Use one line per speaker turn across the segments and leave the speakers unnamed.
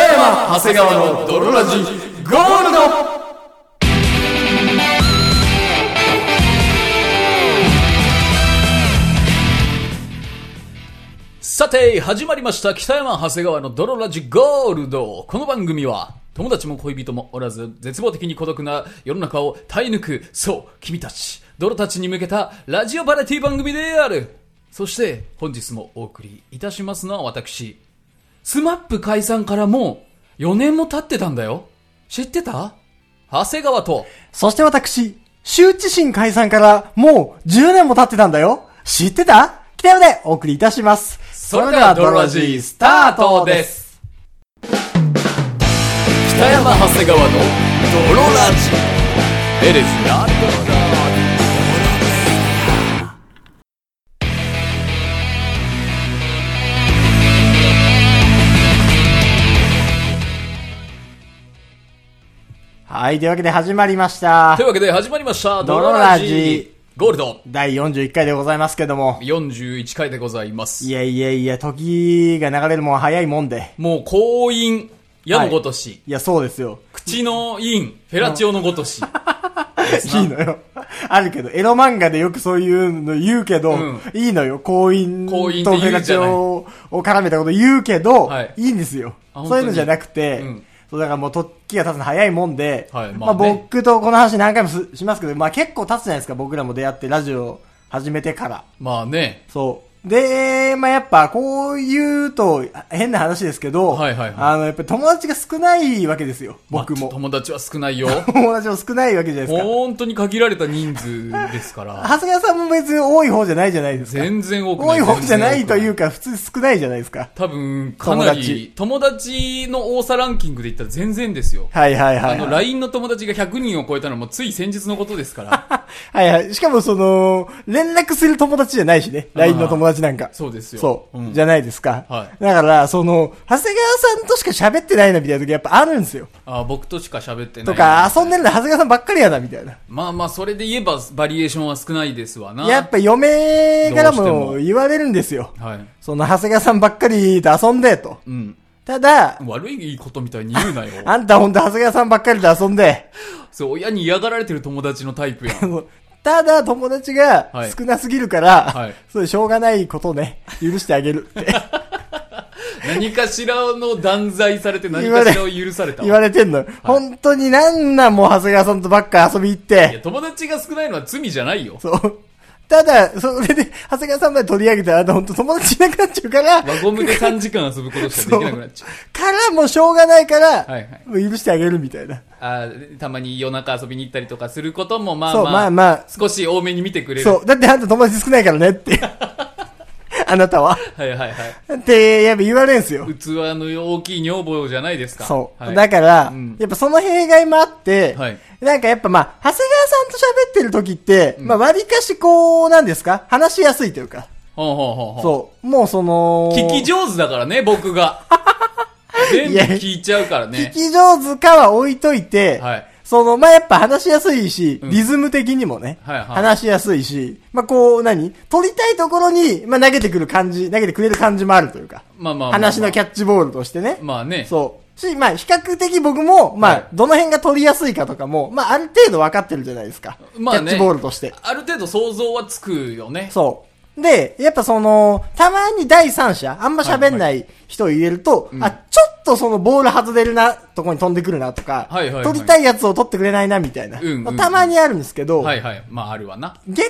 長谷川の泥ラジゴールドさて、始まりました。北山長谷川の泥ラジゴールド。この番組は、友達も恋人もおらず、絶望的に孤独な世の中を耐え抜く、そう、君たち、泥たちに向けたラジオバラエティ番組である。そして、本日もお送りいたしますのは私、スマップ解散からもう4年も経ってたんだよ。知ってた長谷川と、
そして私、羞恥心解散からもう10年も経ってたんだよ。知ってた北山でお送りいたします。
それではドロラジースタートで。す。北山長谷川のドロラジエレスな
はい、というわけで始まりました
とい。うわけで始まりました。
ド
ド
ロ
ロ
ラ
ラ
ジ
ジゴールド
第41回でございますけども。
41回でございます
い。やいやいや、時が流れるもんは早いもんで。
もう婚姻、矢のごとし、
いや、そうですよ。
口の陰、フェラチオのごと し。
いいのよ。 あるけど、エロ漫画でよくそういうの言うけど、
うん
いいのよ。婚姻
婚姻って言うじゃない
とフェラチオを絡めたこと言うけど、
はい
い、いんですよ。
あ
そういうのじゃなく
本
て、
当にうん
そうだからもう時が経つの早いもんで、
はいま
ま
あ
あ
ね
僕とこの話何回もすしますけど、まあ結構経つじゃないですか、僕らも出会ってラジオ始めてから。
まあね、
そう。で、まあやっぱこう言うと変な話ですけど、
はいはいはい
あのやっぱり友達が少ないわけですよ、僕
ま
も
あ。友達は少ないよ。
友達も少ないわけじゃないですか。
本当に限られた人数ですか ら。
長谷川さんも別に多い方じゃないじゃないですか。
全然多くな
多
い。。
い方じゃないといううか、普通少ないじゃないですか。
多分、かな
友
り
達、
友達の多さランキングで言ったら全然ですよ。
はいはいは
あ
い、
の、
はい。
LINE の友達が100人を超えたのもつい先日のことです から。
はいはい。しかもその、連絡する友達じゃないしね。
あー
LINE の友達なんか。
そうですよ。
そう、
ん
じゃないですか。
はい
だから、その、長谷川さんとしか喋ってないなみたいな時やっぱあるんですよ。
あ僕としか喋ってない。
とか、遊んでるの長谷川さんばっかりやなみたいな。
まあまあ、それで言えばバリエーションは少ないですわな。
やっぱ嫁から
どうして
も
も
言われるんですよ。
はい。
その、長谷川さんばっかりと遊んでと。
うん。
ただ、
悪いことみたいに言うなよ。
あんたほんと長谷川さんばっかりと遊んで、
そう、親に嫌がられてる友達のタイプやん。
あのただ友達が
はい
少なすぎるから、
はい
そうしょうがないこ とね、許してあげるって
何かしらの断罪されて何かしらを許されたわ
言われてんの。本当になんなんもう長谷川さんとばっか遊び行っ
いや、
て、
友達が少ないのは罪じゃないよ。
そう。ただ、それで、長谷川さんまで取り上げたら、あんた本当友達いなくなっちゃうから、
輪ゴムで3時間遊ぶことしかできなくなっちゃう。
からもうしょうがないから、
はいはい
もう許してあげるみたいな。
あーたまに夜中遊びに行ったりとかすることも、まあま
そ
あ、
う、まあまあ、
少し多めに見てくれる。
そう。だってあんた友達少ないから ねって。あなたは。
はいはいはい。
って、やっぱ言われんすよ。
器の大きい女房じゃないですか。
そう。
はい、
だから、
うん
やっぱその弊害もあって、
はい
なんかやっぱまあ、長谷川さんと喋ってる時って、まあ割かしこう、なんですか話しやすいというか。
ほうほうほうほう。
そう。もうその、
聞き上手だからね、僕 が。全部聞いちゃうから
聞
ね。
き上手かは置いといて、
はい。
その、まあやっぱ話しやすいし、
うん
リズム的にもね、
はいはい
話しやすいし、まあこう何、取りたいところに、まあ投げてくる感じ、投げてくれる感じもあるというか、
まあまあまあ、
話のキャッチボールとしてね。
まあね。
そう。し、まあ、比較的僕も、まあ、
はい
どの辺が取りやすいかとかも、まあ、ある程度分かってるじゃないですか。
まあね
キャッチボールとして。
ある程度想像はつくよね。
そう。で、やっぱその、たまに第三者、あんま喋んない人を入れると、
い
あ、ちょっとそのボール外れるな、とこに飛んでくるなとか、
はいはいはい
取りたいやつを取ってくれないな、みたいな、
うんうんうん
たまにあるんですけど、
はいはい。まああるわな。
逆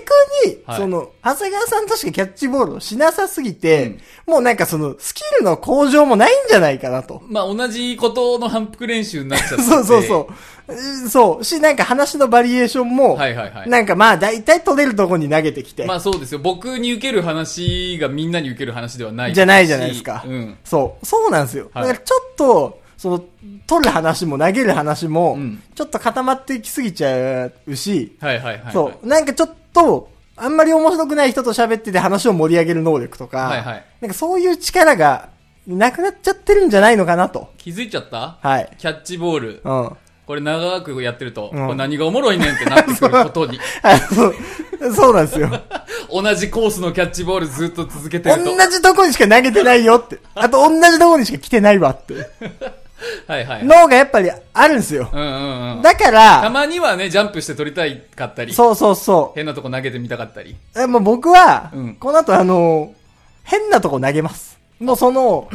に、
はい
その、長谷川さんとしかキャッチボールをしなさすぎて、もうなんかその、スキルの向上もないんじゃないかなと。
まあ同じことの反復練習になっちゃってて。
そうそうそううん。そう。し、なんか話のバリエーションも、
はいはいはい
なんかまあ大体取れるとこに投げてきて、
まあそうですよ。僕に受ける話がみんなに受ける話ではない。
じゃないじゃないですか。
うん。
そう。そうなんですよ。
はい
だからちょっと、その、取る話も投げる話も、
うん
ちょっと固まってきすぎちゃうし、
はいはいはいはい。
そう。なんかちょっと、あんまり面白くない人と喋ってて話を盛り上げる能力とか、
はいはい
なんかそういう力がなくなっちゃってるんじゃないのかなと。
気づいちゃった
はい。
キャッチボール。
うん。
これ長くやってると、
うん
これ何がおもろいねんってなってくることに。
あそう、そうなんですよ。
同じコースのキャッチボールずっと続けてると。
同じとこにしか投げてないよって。あと同じとこにしか来てないわって。
はいはい
脳がやっぱりあるんですよ。
うんうんうん。
だか
た
ら、
まにはね、ジャンプして撮りたいかったり、
そうそうそ
変なとこ投げてみたかったり。
う。えもう僕は、
うん
この後あの、変なとこ投げます。もうその、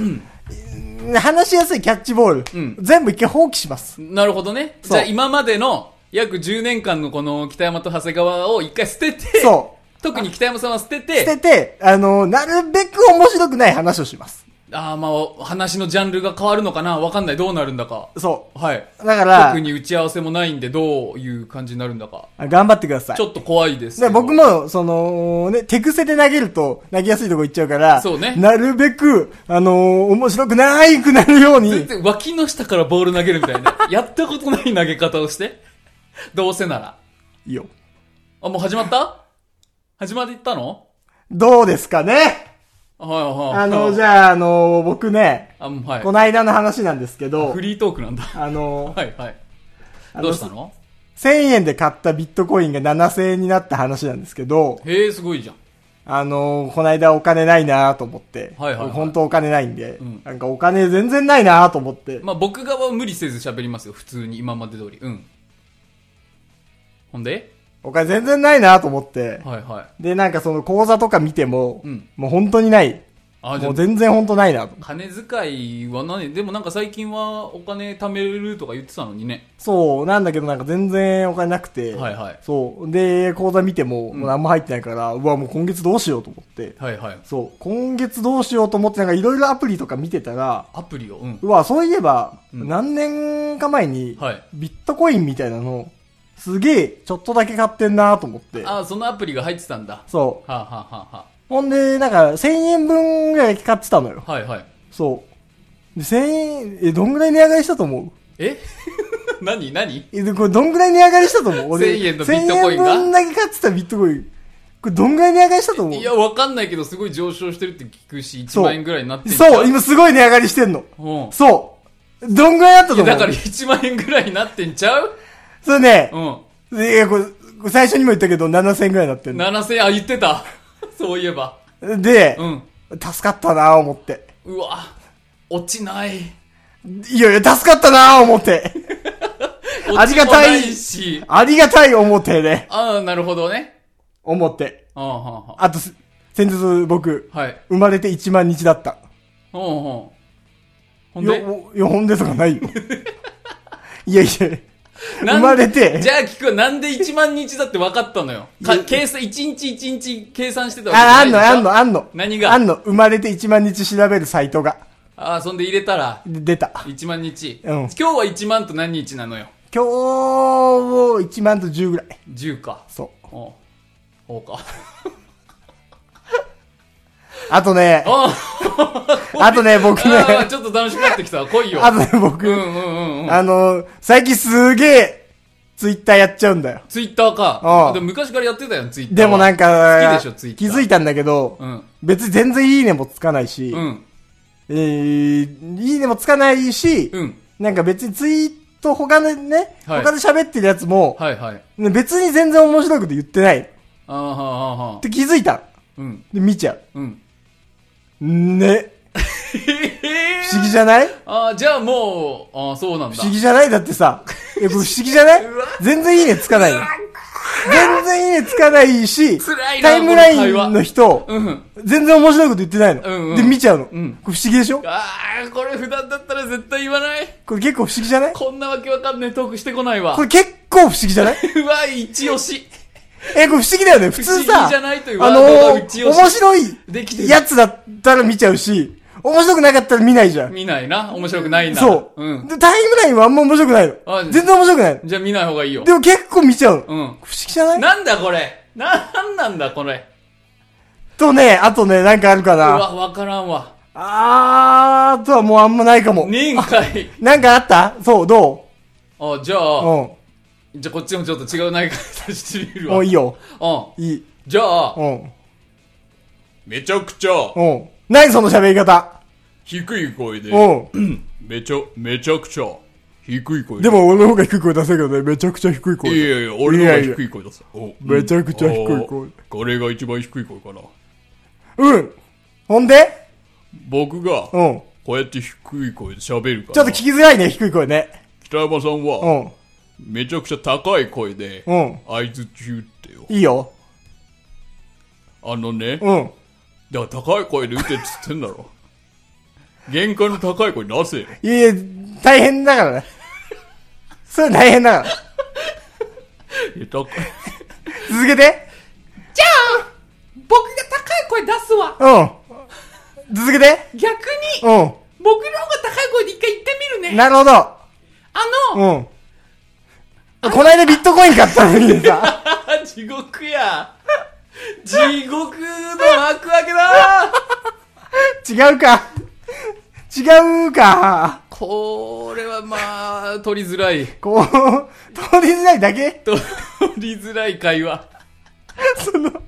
話しやすいキャッチボール、
うん
全部一回放棄します。
なるほどね。じ
そう
ゃあ今までの約10年間のこの北山と長谷川を一回捨てて、
そ
特に北山さんは捨て
う。捨
て、
てて、あの、なるべく面白くない話をします。
ああ、まあ、話のジャンルが変わるのかなわかんない。どうなるんだか。
そ
はい。
う。だから、
特に打ち合わせもないんで、どういう感じになるんだか。
頑張ってください
ち。ょっと怖いですけ
で
ど。
僕も、その、ね、手癖で投げると、投げやすいとこ行っちゃうから、
そうね
なるべく、あのー面白くないくなるよ
全
うに、
然脇の下からボール投げるみたい な。やったことない投げ方をして。どうせなら。
いいよ。
あ、もう始まった始まったの
どうですかね
はいはい。
あの、じ
ゃ
ゃあ、あのー僕ね、
あ、もうはい
こ。の間の話なんですけど
フ、リートークなんだ。
あのー
はいはい。
あの
どうしたの
1000円で買ったビットコインが7000円になった話なんですけど、
へえ、すごいじゃん。
あのーこの間お金ないなと思って、
はいはいはい
本当お金ないんで、
うん
なんかお金全然ないなと思って、
まあ、僕側は無理せず喋りますよ。普通に、今まで通り。うん。ほんで
お金全然ないなと思って、
はいはい。
で、なんかその口座とか見ても、
うん
もう本当にない。
あ、じゃ
も
あ
う、全然本当ないなと。
金遣いは何でもなんか最近はお金貯めるとか言ってたのにね。
そう、なんだけどなんか全然お金なくて。
はいはい
そう。で、口座見ても、
うん
もう何も入ってないから、うわ、もう今月どうしようと思って。
はいはい。
そう、今月どうしようと思ってなんかいろいろアプリとか見てたら、
アプリを。うん。
うわ、そういえば、
うん
何年か前に、
はい。
ビットコインみたいなの、すげえ、ちょっとだけ買ってんなと思って。
あ、そのアプリが入ってたんだ。は
そう。
あ、はあはあは
ほんで、なんか、1000円分ぐらい買ってたのよ。
あ、はいはい。
そう。で、1000円、え、どんぐらい値上がりしたと思う
え 何何
え、で、これどんぐらい値上がりしたと思
1000
う
円のビットコインが
1000円分だけ買ってたビットコイン。これどんぐらい値上がりしたと思う
いや、わかんないけど、すごい上昇してるって聞くし、1
そう
万円ぐらいになってんじゃん
そう、今すごい値上がりしてんの。
うん。
そう。どんぐらいだったと
い
思
や
う
だから1万円ぐらいになってんちゃう
それね
う、ん。
いや、これ、これ最初にも言ったけど7000円ぐらいになってん
7000円、あ、言ってた。 そういえば。
の。で、
うん。
助かったなぁ思って。
うわ、落ちない。
いやいや、助かったなぁ思って。あ
落
り
ちも
がたい
ないし。
ありがたい思ってね。
ああ、なるほどね。
思って。
うん、うん、うん。
あとす、先日僕、
はい。
生まれて1万日だった。
うん、うん。ほん
よ
で、
およ、ほんでとかない よ。いやいや。
な
生
ん
まれて。
じゃあ聞くわ、なんで1万日だって分かったのよ。か計算、1日1日計算してたわけじ
あ、あん
ゃ
の、
ないでしょ
あんの、あんの。
何が
あんの、生まれて1万日調べるサイトが。
ああ、そんで入れたら、
で出た。
1万日。
うん
今日は1万と何日なのよ。
今日を1万と10ぐらい。
10か。
そう。
おうほ うか。
あとね、
あ
あとね、僕ね、
あー、ちょっと楽しくなってきたわ。来いよ。
あとね、
うんう
僕、
んうんうん。
あの、最近すげえ、ツイッターやっちゃうんだよ。
ツイッターか。
うん
あでも昔からやってたよ、ツイッター。
でもなん、
好
か、
きでしょツイッター
気づいたんだけど、
うん。
別に全然いいねもつかないし、
うん。
えー、いいねもつかないし、
うん。
なんか別にツイート他のね、
はい
他で喋ってるやつも、
はいはい。
ね別に全然面白いこと言ってないっ
あーはーはーはー
て気づいた。
うん。
で、見ちゃ
うん。
う。ね。
ええ
不思議じゃない
あーじゃあもう、あーそうなんだ。
不思議じゃないだっ てさ。え、これ不思議じゃない全然いいねつかないの。全然いいねつかないし、
辛いな
タイムラインの人、
うん。
全然面白いこと言ってないの。
うんうん
で、見ちゃうの。
うん
これ不思議でしょ
ああ、これ普段だったら絶対言わない。
これ結構不思議じゃない
こんなわけわかんないトークしてこないわ。
これ結構不思議 じゃない
うわ、一押し。
え、これ不思議だよね。普通
不思
さ、
議じゃないという
あ
ワードが
の
うち
ー、
押し
面白い
できてる
やつだったら見ちゃうし、面白くなかったら見ないじゃん。
見ないな。面白くないな。
そう、
うん。
で。タイムラインはあんま面白くないの
あ。
全然面白くないの。
じゃあ見ない方がいいよ。
でも結構見ちゃうの。不
う
思
ん。
議じゃない
なんだこれ。な、なんなんだこれ。
とね、あとね、なんかあるか
う
な。
わ、わからんわ。
あーとはもうあんまないかも。
ねえんかい。
なんかあったそう、ど
あ、じゃ
うう
あ、
ん。
じゃあこっちもちょっと違う内閣としてみる
も
わ。
ういいよ。
うん。
いい。
じゃあ、
うん。
めちゃくちゃ
うん。何その喋り方。
低い声で、
うん。
めちゃ、めちゃくちゃ低い声
でも俺の方が低い声出せるけどね、めちゃくちゃ低い声。
いやいや、俺の
い
方
や
が
いや
低い声ださ。お
めちゃくちゃ低い声
おこれが一番低い声かな。
うん。ほんで
僕が
うん。
こうやって低い声で喋るから。
ちょっと聞きづらいね、低い声ね。
北山さん
う
は、
ん。
めちゃくちゃ高い声で、
うん
合図中ってよ。
いいよ。
あのね、
うん。
だから高い声で打てっつってんだろ。限界の高い声出せよ。
いやいや、大変だからね。 それ大変だから。
いや高い
続けて。
じゃあ、僕が高い声出すわ。
うん。続けて。
逆に、
う
僕の方が高い声で一回言ってみる
ん。
ね。
なるほど。
あの、
うん。こないだビットコイン買ったのにさ、
地獄や。地獄の幕開けだ
違うか。違うか。
これはまあ、取りづらい。
こう、通りづらいだけ
取りづらい会話。
その、通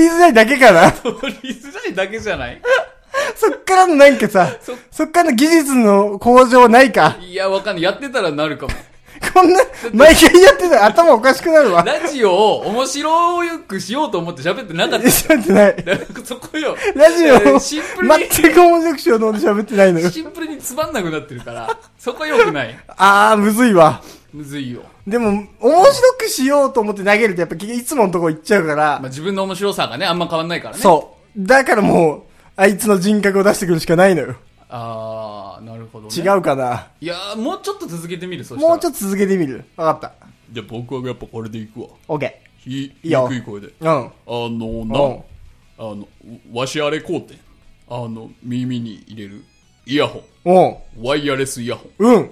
りづらいだけかな。
取りづらいだけじゃない
そっからのなんかさ、
そ
そっからの技術の向上ないか。
いや、わかんない。やってたらなるかも。
こんな、毎回やってたら頭おかしくなるわ。
ラジオを面白くしようと思って喋ってなかっ
え、
た。
喋ってない。
だからそこよ。
ラジ
え
オ、
ーシンプルに
全く面白くしようと思って喋ってないのよ。
シンプルにつまんなくなってるから、そこよくない。
あー、むずいわ。
むずいよ。
でも、面白くしようと思って投げるとやっぱ結局いつものとこ行っちゃうから
まあ、、自分の面白さがね、あんま変わんないからね。う。
そう。だからもう、あいつの人格を出してくるしかないのよ。
あー、なるほど、ね。
違。うかな。
いやー、もうちょっと続けてみる、そしたら。
もうちょっと続けてみる。わかった。
じゃあ僕はやっぱこれでいくわ。
オッケ
ひ、
いいよ
低い声で。あ
ー。うん。
のな、
うん
あの、わしあれこうて。あの、耳に入れるイヤホン。
おう。
ワイヤレスイヤホ
うん。
ン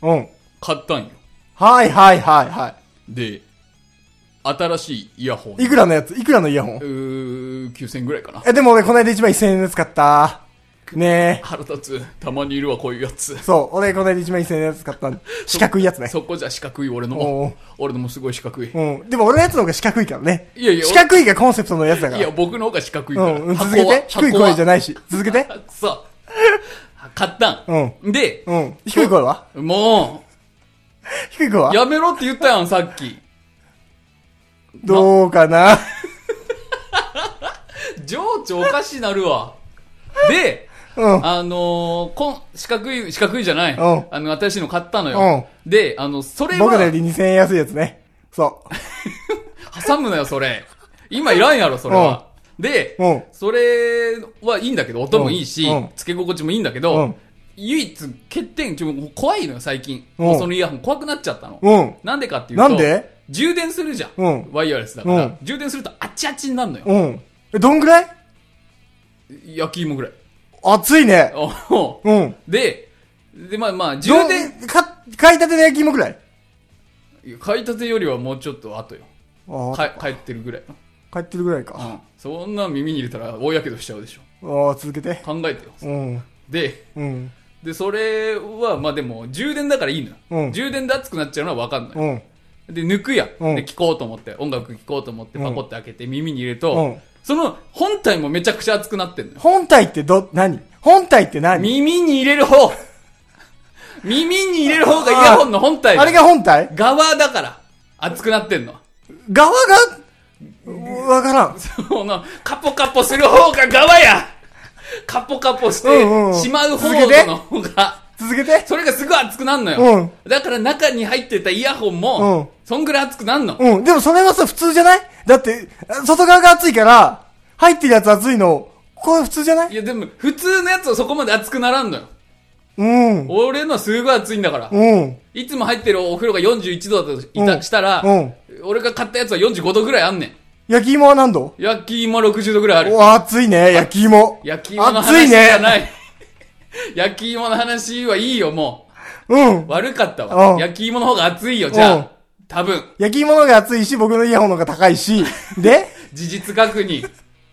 を
うん。
買ったんよ。
はいはいはいは
で、新しいイヤホン。
い。いくらのやついくらのイヤホン
うー、9000ぐらいかな。
え、でも俺この間1万1000円の使った。ね
腹立つ。たまにいるわ、こういうやつ
え。。そう。俺この間1万1000円のやつ使った。四角いやつね。
そこじゃ四角い、俺の
おう
も。俺のもすごい四角い。
うん。でも俺のやつの方が四角いからね。
いやいや
四角いがコンセプトのやつだか
いや、
ら。
僕の方が四角いから。
うん。続けて。低い声じゃ
ない。
ないし。続けて。
そう。買ったん。で、
うん。低い声は
も
低い声
う、
は
やめろって言ったやん、さっき。
どうかな
情緒おかしなる わ。で、
うん。
あのー、こん、四角い、四角いじゃない。
うん
あの、新しいの買ったのよ。で、あの、それ
僕らよ
は、
り2000円安いやつね。そう。
挟むのよ、それ。今いらんやろ、それは。で
うん、
それはいいんだけど、音もいいし
うんうん、
付け心地もいいんだけ
う
ど
ん、
唯一欠点、ちょっと怖いのよ、最近。
うん
もうそのイヤホン怖くなっちゃったの。
うん。
なんでかっていうと、
なんで
充電するじゃん,、
うん
ワイヤレスだから、
うん
充電するとあっちあっちになるのよ。
うん。え、どんぐらい
焼き芋ぐらい。
熱いね。
お
うん。
で、で、まあまあ、充
どん
電、
か、買いたての焼き芋くらい
買いたてよりはもうちょっと後よ。
ああ、
か帰ってるぐらいの。
買ってるぐらいうか。
ん。そんな耳に入れたら大やけどしちゃうでしょ。
ああ、続けて。
考えてよ。
うん。
で、
うん。
で、それは、まあでも、充電だからいいのよ。
うん
充電で熱くなっちゃうのはわかんない。
うん。
で、抜くやん。
うん
で、聞こうと思って、音楽聞こうと思って、パコって開けて耳に入れると、
うん
その本体もめちゃくちゃ熱くなってんのよ。
本体ってど、何本体って何
耳に入れる方 耳に入れる方がイヤホンの本体だ
あれが本体
側だから熱くなってんの
側が、わからん。
そのカポカポする方が側やカポカポして
うんうん
しまう方
続けて
の方が
続けて。
それがすごい熱くなるのよ、だから中に入ってたイヤホンも、
うん
そんぐらい熱くなるの、
うん。でもそれはさ、普通じゃないだって、外側が熱いから、入ってるやつ熱いの、これ普通じゃないい
やでも普通のやつはそこまで熱くならんのよ
うん。
俺のはすごい熱いんだから、
うん。
いつも入ってるお風呂が41度だといた、
うん
したら、
うん
俺が買ったやつは45度ぐらいあんねん
焼き芋は何度
焼き芋60度ぐらいある
お、熱いね、焼き芋。
焼き芋の
熱い
話じゃ
ね。
ない。 焼き芋の話はいいよ、も
うん
う。。悪かったわ。
うん
焼き芋の方が熱いよ、じゃ
うん
あ。多分、
焼き芋の方が熱いし、僕のイヤホンの方が高 いし。で
事実確認。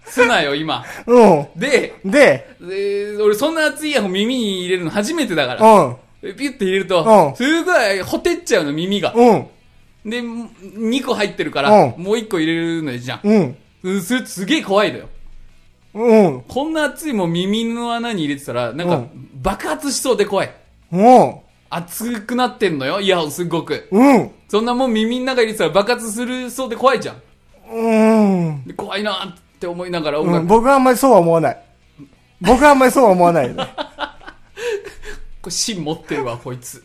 すなよ、今。
う
で、
ん。で、
えー俺そんな熱いイヤホン耳に入れるの初めてだか
う
ら。
ん。
ピュッて入れる
う
と
ん、
すごい、ほてっちゃうの、耳が。
うん。
で、2個入ってるから、
うん
もう1個入れるのじゃん。
うん。
うん、それすげえ怖いのよ。
うん。
こんな熱いもん耳の穴に入れてたら、なんか、
うん
爆発しそうで怖い。
うん。
熱くなってんのよ、イヤホンすっごく。
うん。
そんなもん耳の中入れてたら爆発するそうで怖いじゃん。
うん。
で怖いなって思いながら音
う
楽、
ん、僕はあんまりそうは思わない。僕はあんまりそうは思わな いよね。
これ芯持ってるわ、こいつ。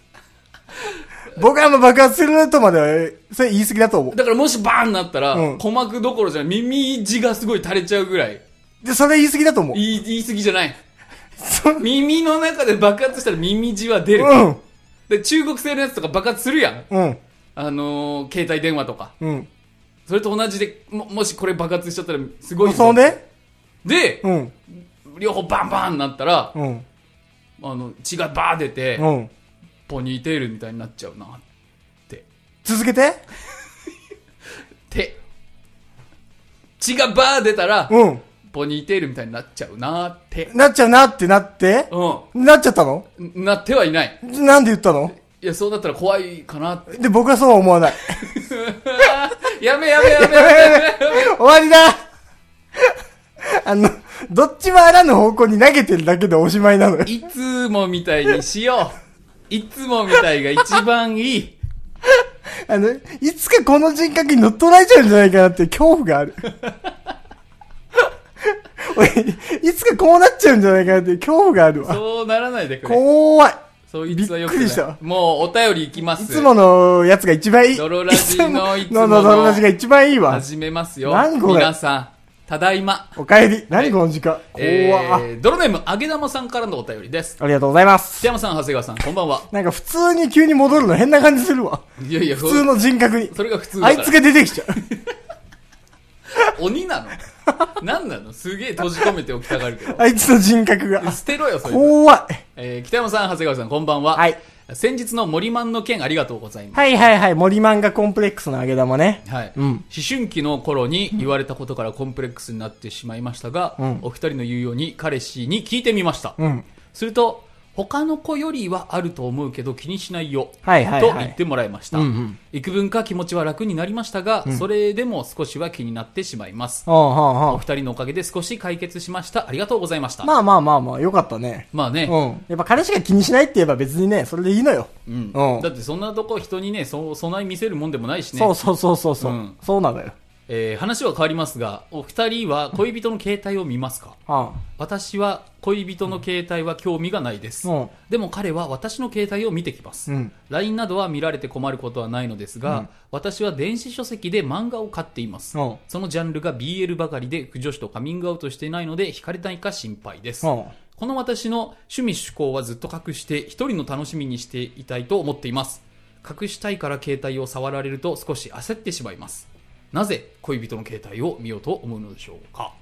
僕はあんま爆発するとまでは、それ言い過ぎだと思
だからもしバーンなったら、
うん
鼓膜どころじゃない、耳地がすごい垂れちゃうぐらい。
う。で、それ言い過ぎだと思う。
言い、言い過ぎじゃない。
そうん。
耳の中で爆発したら耳地は出る。で、中国製のやつとか爆発するやん。
うん。
あのー、携帯電話とか。
うん。
それと同じで、も、もしこれ爆発しちゃったら、すごいぞ
そうね。
で、
うん。
両方バンバンなったら、
うん。
あの、血がバー出て、
うん。
ポニーテールみたいになっちゃうな。って。
続けて。
て。血がバー出たら、
うん。
ポニーテールみたいになっちゃうな。って。
なっちゃうなってなって。
う
なっちゃったの
ん。なってはいない。
なんで言ったの
いや、そうなったら怖いかな って。
で、僕はそうは思わない。
やべやべやべ
やべや
や
べ終わりだ あの、どっちもあらぬ方向に投げてるだけでおしまいなのよ
べ。いつもみたいにしよう。いつもみたいが一番いい。
あの、いつかこの人格に乗っ取られちゃうんじゃないかなっていう恐 怖がある。俺、いつかこうなっちゃうんじゃないかなっていう恐怖があるわ。
そうならないでくれ。
怖い。
そういつはよくない
びっくりした
もうお便りいきます。
いつものやつが一番いい。
ドロラジのいつもの
いドロラジが一番いいわ。
始めますよ。
何これ
皆さん、ただいま。
お帰り。何この時間。怖、
え
い
ー、ドロネーム、あげ玉さんからのお便りです。
ありがとうございます。
北山さん、長谷川さん、こんばんは。
なんか普通に急に戻るの変な感じするわ。
いやいや、
普通の人格に。
それが普通だ
あ
から
いつが出 てきちゃう。
鬼な の何なのすげえ閉じ込めておきたがるけど。
あいつの人格が。
捨てろよ、それ。
怖い。
えー、北山さん、長谷川さん、こんばんは。
はい。
先日の森マンの件ありがとうございます。
はいはいはい。森漫画コンプレックスの揚げ玉ね。
はい。
うん
思春期の頃に言われたことからコンプレックスになってしまいましたが、
ん
お二人の言うように彼氏に聞いてみました。
うん。
すると、他の子よりはあると思うけど気にしないよ。
はいはい
と
は
言っ
い。
てもらいました、
うんうん
幾分か気持ちは楽になりましたが、それでも少しは気になってしまいます、
ああはあ
お
は
二人のおかげで少し解決しましたありがとうございました
あ。
ま
まあまあまあまあ、よかったね。
あ
う
ね
ん、。やっぱ彼氏が気にしないって言えば別にね、それでいいのよ。
うん
うん
だってそんなとこ人にねそ備え見せるもんでもないしね
そうそうそうそうそう、
うん
そうなのよ。
えー話は変わりますがお二人は恋人の携帯を見ますか
あ
私は恋人の携帯は興味がないです、
うん
でも彼は私の携帯を見てきます、
うん
LINE などは見られて困ることはないのですが、私は電子書籍で漫画を買っています、
うん
そのジャンルが BL ばかりで不女子とカミングアウトしていないので惹かれないか心配です、
うん
この私の趣味趣向はずっと隠して一人の楽しみにしていたいと思っています隠したいから携帯を触られると少し焦ってしまいますなぜ恋人の携帯を見ようと思うのでしょうか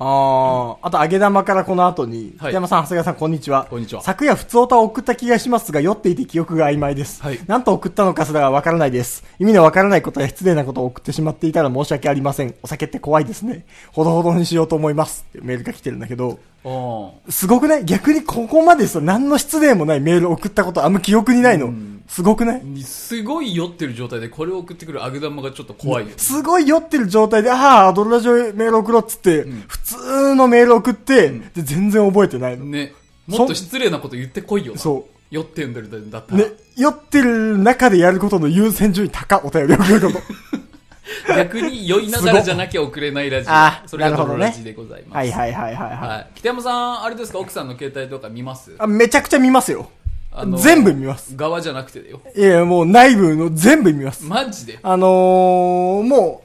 ああ、あと揚げ玉からこの後に、
はい
北山さん、長谷川さん、こんにちは。
こんにちは
昨夜、普通歌を送った気がしますが、酔っていて記憶が曖昧です。
はい
なんと送ったのかすらわからないです。意味のわからないことや失礼なことを送ってしまっていたら申し訳ありません。お酒って怖いですね。ほどほどにしようと思います。ってメールが来てるんだけど、
ああ
すごくない逆にここまでさ、何の失礼もないメール送ったことあんま記憶にないの。すごくない
すごい酔ってる状態でこれを送ってくる揚げ玉がちょっと怖いよ、
すごい酔ってる状態で、ああ、ドロラジオメール送ろうっつって、普通のメール送って、で、全然覚えてないの。
ねもっと失礼なこと言ってこいよな
そ
酔ってんだるだった
う。
ら、
ね、酔ってる中でやることの優先順位高、お便り送ること。
逆に酔いながらじゃなきゃ送れない ラジ
あ
オそれが
なる
ド
ほ
ロ
どね
ラジでございます、
はいはいはいはい、はい、
はい北山さんあれですか奥さんの携帯とか見ます
あ。めちゃくちゃ見ますよ
あの。
全部見ます。
側じゃなくてだよ
いや、もう内部の全部見ます。
マジで
あのー、もう、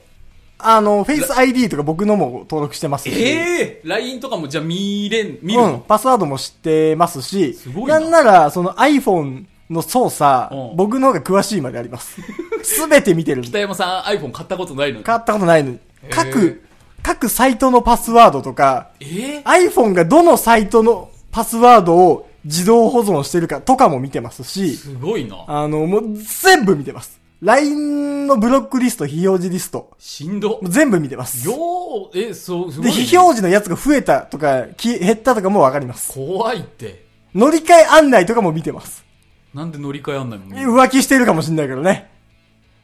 あの、Face ID とか僕のも登録してますし。
ええ LINE とかもじゃあ見れん見る
うん、
の、
パスワードも知ってますし、
すごい
な
なん
なら、その iPhone の操作、
うん
僕の方が詳しいまであり ます。すべて見てるん
北
で。
山さん iPhone 買ったことないのに
変わったことないのに。各
へ、
各サイトのパスワードとか、
ええ
iPhone がどのサイトのパスワードを自動保存してるかとかも見てますし、
すごいな
あの、もう全部見てます。LINE のブロックリスト、非表示リスト、
しんど
もう全部見てます。で、
ようえそうすごい、
非
ね、
表示のやつが増えたとか、き減ったとかもわかります。
怖いって
乗り換え案内とかも見てます。
なんで乗り換えあんないの見る
浮気してるかもしんないからね。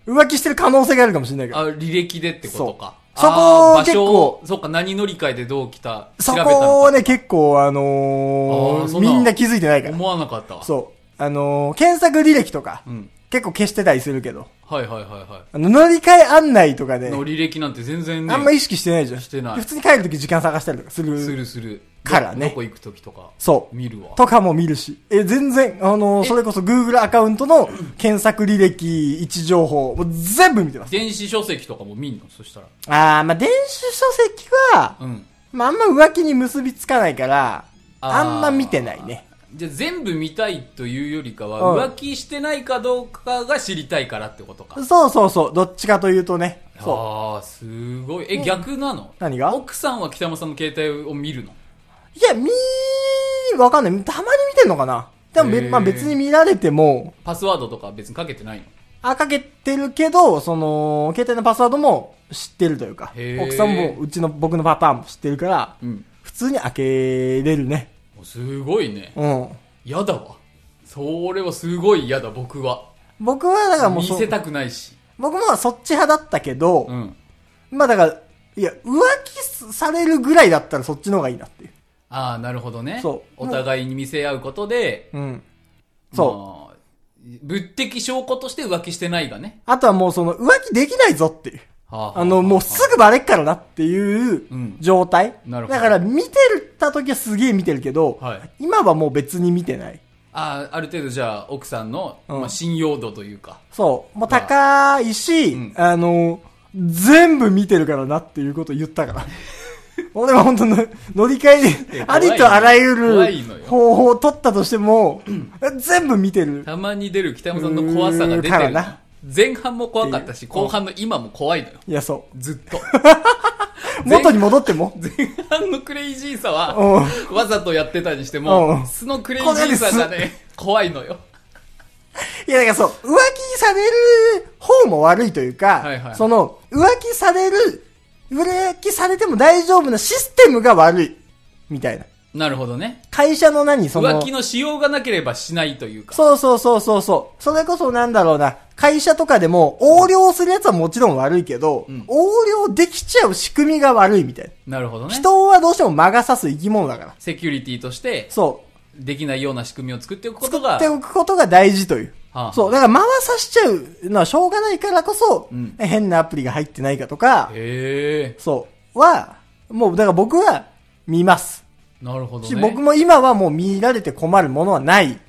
浮気してる可能性があるかもしんないから。
あ、履歴でってことか。
そうそこ
あー場
結
所
構
をそうか、何乗り換えでどう来た、
そ
調べたのか
こをね、結構、あの
あー
ー
そんな
みんな気づいてないから。
思わなかったわ。
そう。あのー検索履歴とか、
うん。
結構消してたりするけど、
はいはいはいは
あの、乗り換え案内とか
い。
で、
の履歴なんて全然ね、
あんま意識してないじゃん。
してない
普通に帰るとき時間探したりとかする。
するする。
から
ど
ね
こ。行く時とか
そう。
見るわ
とかも見るし。え、全然、あの、それこそ Google アカウントの検索履歴、位置情報、もう全部見てます。
電子書籍とかも見んのそしたら
あー、まあ、電子書籍は、
うん
まあ、あんま浮気に結びつかないから、
あー
あんま見てないね。
じゃあ全部見たいというよりか
う
は
ん
浮気してないかどうかが知りたいからってことか
そうそうそう、どっちかというとね。そ
ああすごいえ逆なの
何が
奥さんは北山さんの携帯を見るの
う。いや、みー、わかんない。たまに見てんのかなでもべ、
へー
まあ、別に見られても、
パスワードとか別にかけてないの
あ、かけてるけど、その、携帯のパスワードも知ってるというか
へ、ー
奥さんも、うちの、僕のパターンも知ってるから、
うん
普通に開けれるね。
すごいね
うん。
嫌だわそれはすごい嫌だ僕は
僕は、だからもう
見
そ、
せたくないし
僕もそっち派だったけど、
うん
まあだから、いや、浮気されるぐらいだったらそっちの方がいいなっていう。
ああなるほどね
そう
お互いに見せ合うことで
うん。そう。
まあ物的証拠として浮気してないがね
あとはもうその浮気できないぞっていう。
は
あの、もうすぐバレっからなっていう
うん
状態。
なるほど
だから見てるた時はすげえ見てるけど、
はい
今はもう別に見てない。
ああある程度じゃあ奥さんの、
うん
まあ、信用度というか
そう。もう高いし、
うん
あの、全部見てるからなっていうことを言っ たから。俺は本当の乗り換え
い
で
や、
ありとあらゆ
怖いの
る
よ
方法を取ったとしても、全部見てる。
たまに出る北山さんの怖さが出て
うー
る
ん
の
から
前半も怖かったし
うん
後半の今も怖いのよ
いや、そう。
ずっ と
元に戻っても。
前半のクレイジーさは
う
わざとやってたにしても
うん
そのクレイジーさがね怖いのよ
いや、だからそう、浮気される方も悪いというか、
はいはい
その、浮気される、浮気されても大丈夫なシステムが悪い。みたいな。
なるほどね
会社の何その、
浮気のしようがなければしないというか
そうそうそうそうそう。それこそなんだろうな。会社とかでも横領するやつはもちろん悪いけど、
うん
横領できちゃう仕組みが悪いみたい
なるほど
な。
ね
人はどうしても魔が差す生き物だから。
セキュリティとして
そ
できないような仕組みを作っておく
う。
こ
作
とが
っておくことが大事という。
はあ
そう。だから魔は差しちゃうのはしょうがないからこそ、
うん
変なアプリが入ってないかとか、
へえ
そう。は、もう、だから僕は見ます。
なるほど
し、
ね
僕も今はもう見られて困るものはない。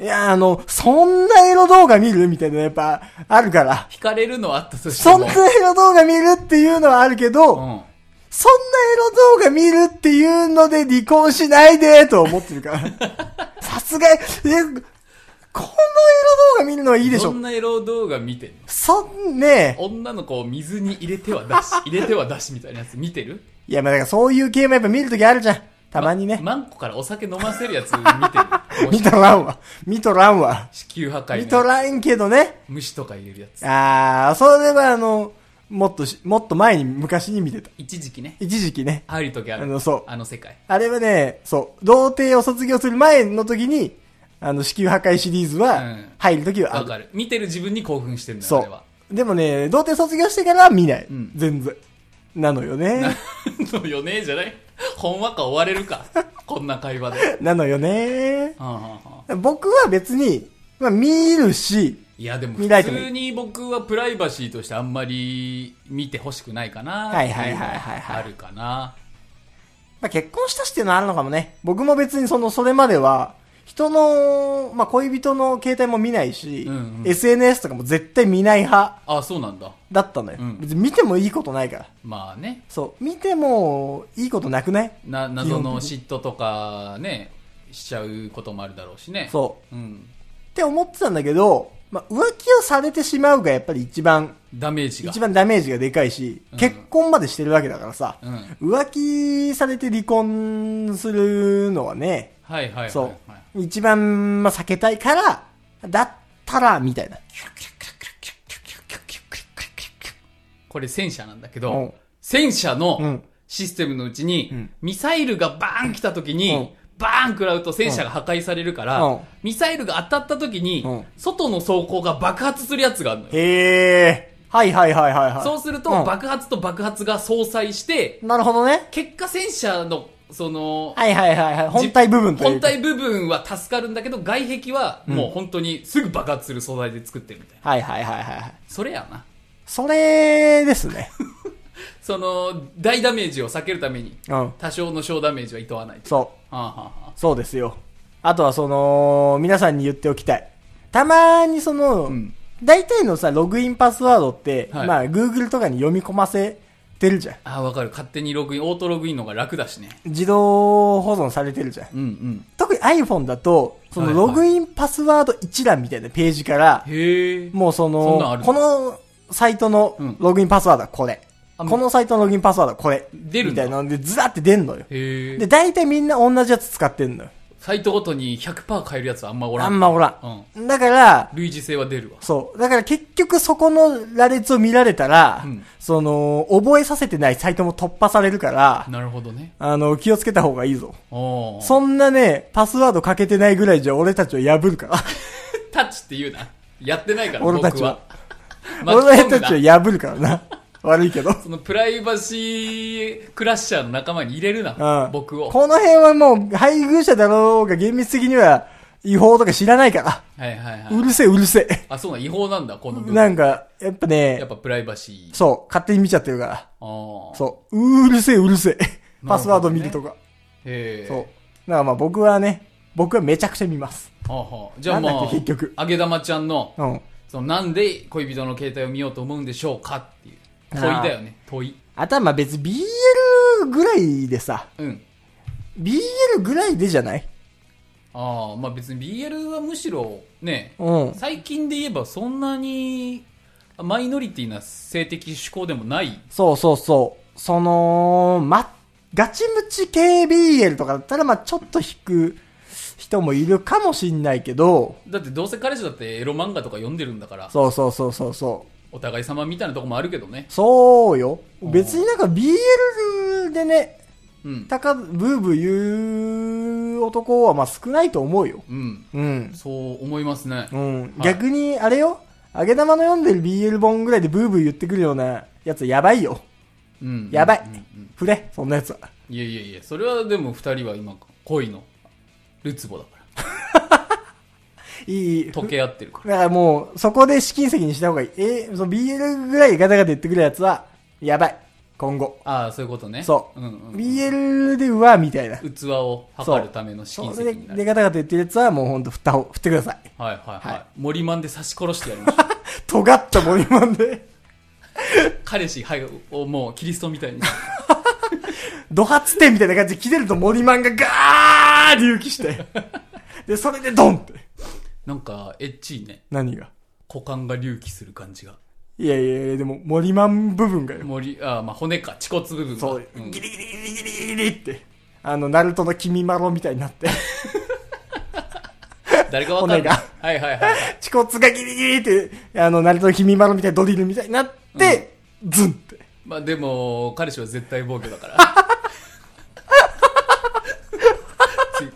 いや、あの、そんなエロ動画見るみたいなのやっぱあるから。
惹かれるのはあったとして
そん
も
なエロ動画見るっていうのはあるけど、
うん
そんなエロ動画見るっていうので離婚しないでと思って るから。さすが、え、このエロ動画見るのはいいでし
ど
ょ
ん。なエロ動画見てんの
そんね
女の子を水に入れては出し、入れては出しみたいなやつ見てる
いや、まあだからそういう系もやっぱ見るときあるじゃん。たまにね。
マンコからお酒飲ませるやつ 見てる
見とらんわ。見とらんわ。
子宮破
見
壊
と
の
らんけどね。
虫とか入れるやつ。
あー、それはあの、もっとし、もっと前に昔に見てた。
一時期ね。
一時期ね。
ある時ある。
あのそう
あの世界。
あれはね、そう、童貞を卒業する前の時に、あの、子宮破壊シリーズ
う
は
ん、
入る時はあ
わ
る。
かる。見てる自分に興奮してんだよ、あれは
そ。う。でもね、童貞卒業してからは見ない。
うん
全然。なのよね。
のよねえじゃないほんわか追われるか。こんな会話で。
なのよね。
はんはんはん
僕は別に、まあ見るし、
いやでも
見ら
普
れてもいい
通に僕はプライバシーとしてあんまり見てほしくないかな。
はいはいはいはいはい
あるかな。
まあ、結婚したしっていうのはあるのかもね。僕も別にその、それまでは、人の、まあ、恋人の携帯も見ないし、
うんうん
SNS とかも絶対見ない派
あ、そうなんだ。
だったのよ。
うん
別に見てもいいことないから。
まあね。
そう。見てもいいことなくない
な謎の
基
嫉妬とかねしちゃうこともあるだろうしね、
そう
ん、
う。って思ってたんだけど、まあ、浮気をされてしまうがやっぱり一番、
ダメージが
一番ダメージがでかいし、結婚までしてるわけだからさ、
うん、はい
浮気されて離婚するのはね、
はいはいはい
そう。一番、まあ、避けたいから、だったら、みたいな。
これ戦車なんだけ
う
ど
ん
戦車
う
の
ん
システムのうちに、
うん
ミサイルがバーン来た時に、
うん
バーン食らうと戦車が破壊されるから、
うん
ミサイルが当たった時に、
うん
外の装甲が爆発するやつがあるのよ。
へえ。はいはいはいはいはい。
そうすると、
うん
爆発と爆発が相殺して、
なるほどね。
結果戦車の、その、
はいはいはいはい。本体部分という
本
か。
体部分は助かるんだけど外壁はもう本当にすぐ爆発する素材で作ってるみたいな
はいはいはいはいはい。
それやな
それですね。
その、大ダメージを避けるために、
うん。
多少の小ダメージは厭わないと。
そう。
はあ、はあは
そうですよ。あとはその、皆さんに言っておきたい。たまにその、
うん
大体のさ、ログインパスワードって、
はい
まあ、Google とかに読み込ませてるじゃん。
あ、あわかる。勝手にログイン、オートログインの方が楽だしね。
自動保存されてるじゃん。
うんうん。
特に iPhone だと、そ
は
の
いはい
ログインパスワード一覧みたいなページから、
へえ。
もうそ
そんなんあ
の
る
このサイトの
うん
ログインパスワードはこれ。
あ
このサイトのログインパスワードはこれ。
出るん
み
だ
たいなので、ずらって出んのよ。
へ
で、
え。
大体みんな同じやつ使ってんのよ。
サイトごとに100%変えるやつはあんまおら
あ
ん。
んまおら
うん。
ん。だから、
類似性は出るわ。
そう。だから結局そこの羅列を見られたら、
うん
その、覚えさせてないサイトも突破されるから、
なるほどね。
あの、気をつけた方がいいぞ。
おー
そんなね、パスワードかけてないぐらいじゃ俺たちを破る から。
タッチって言うな。やってないから、
俺
僕
たち
は
は。
巻 き込むな
俺たちを破るからな。 悪いけど。うん。
そのプライバシークラッシャーの仲間に入れるな。僕を。
この辺はもう、配偶者だろうが厳密的には違法とか知らないから。
はいはいは
う
い。
るせえうるせえ。
あ、そうなん、違法なんだ、この部分。
なんか、や
や
っぱ
っ
ね、
ぱプライバシー。
そう、勝手に見ちゃってるから。
ああ。
そう、うるせえうるせえ。パスワード見るとか。
へえ。
そう。だからまあ僕はね、僕はめちゃくちゃ見ます。
はあはあじゃあま
なん
あ
だっけ結局、
あげ玉ちゃんの、
うん。
そのなんで恋人の携帯を見ようと思うんでしょうかっていう。問いだよね、問い。
あとはまあ別に BL ぐらいでさ、
うん。
BL ぐらいでじゃない
ああ、まあ別に BL はむしろ、ね、
うん。
最近で言えばそんなに、マイノリティな性的指向でもない。
そうそうそう。その、ま、ガチムチ系 BL とかだったらまあちょっと引く人もいるかもしんないけど、
だってどうせ彼氏だってエロ漫画とか読んでるんだから、
そうそうそうそうそう。
お互い様みたいなとこもあるけどね。
そうよ。別になんか BL でね、
うん。
たか、ブーブー言う男はまあ少ないと思うよ。
うん。
うん。
そう思いますね。
うん。
はい
逆に、あれよ、揚げ玉の読んでる BL 本ぐらいでブーブー言ってくるようなやつやばいよ。
うん。
やばい
うんうん。
触れ、そんなやつは。
いやいやいや、それはでも二人は今、恋のルツボだから。
いい。
溶
だ
け合ってるから。
からもう、そこで試金石にした方がいい。えー、その BL ぐらいガタガタ言ってくるやつは、やばい。今後。
ああ、そういうことね。
そう。
うんうん。
BL でうわ、みたいな。
器を測るための試金
そう
石
それ
にな
で、
る。
ガタガタ言ってるやつはもうほんと振った方、振ってください。
はいはいは
はいい。
森マンで刺し殺してやり ました。
尖った森マンで、
彼氏はいをもうキリストみたいに。
ド発点みたいな感じで来てると森マンがガー隆起して。で、それでドンって。
なんか、エッチいね。
何が
股間が隆起する感じが。
いやいやいや、でも、森マン部分がよ。
森、ああ、まあ骨か、恥骨部分が。
そう、
うん
ギリギリギリギリギリって。あの、ナルトの君まろみたいになって。
誰かわかん
骨
ない
が。
はいはいはいはい。
恥骨がギリギリって、あの、ナルトの君まろみたいなドリルみたいになって、ズンって。
まあでも、彼氏は絶対防御だから。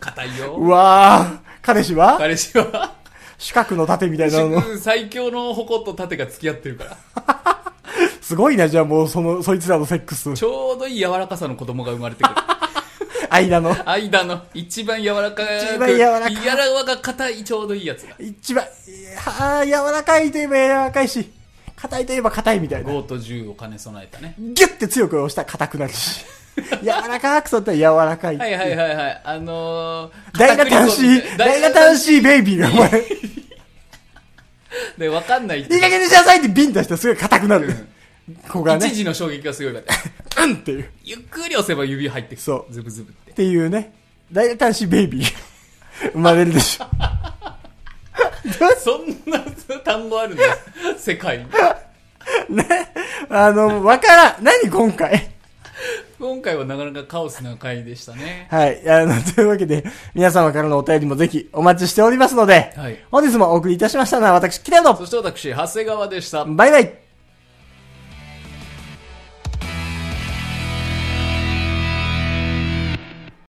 硬いうよ。
わー、彼氏は
彼氏は、
四角の盾みたいなの。
最強の矛と盾が付き合ってるから。
すごいな、じゃあもう、その、そいつらのセックス。
ちょうどいい柔らかさの子供が生まれてくる。
間の。
間の一番柔らかく
一番柔らかい
柔らか硬いちょうどいいやつが
一番、いやー柔らかいといえば柔らかいし、硬いといえば硬いみたいな。
5と10を兼ね備えたね
ギュッて強く押したら硬くなるし。柔らかくさったら柔らかい。
はいはいはいはいあのー、
大が楽しい、大が楽
い
しいベイビーがお前、い
でわかんないって
い加減にしなさいってビン出したらすごい硬くなる。ここが
一
ね、
時の衝撃がすごいかった
うんっていう。っ
ゆっくり押せば指入ってくる
そう
ズブズブって
ていうね、大が楽しいベイビーが生まれるでしょ。
そんな単語あるんだ世界に
ね。あの、わからん。何今回。
今回はなかなかカオスな回でしたね
はい。あの、というわけで、皆様からのお便りもぜひお待ちしておりますので、
はい
本日もお送りいたしましたのは私、キレイの
そして私長谷川でした
バイバイ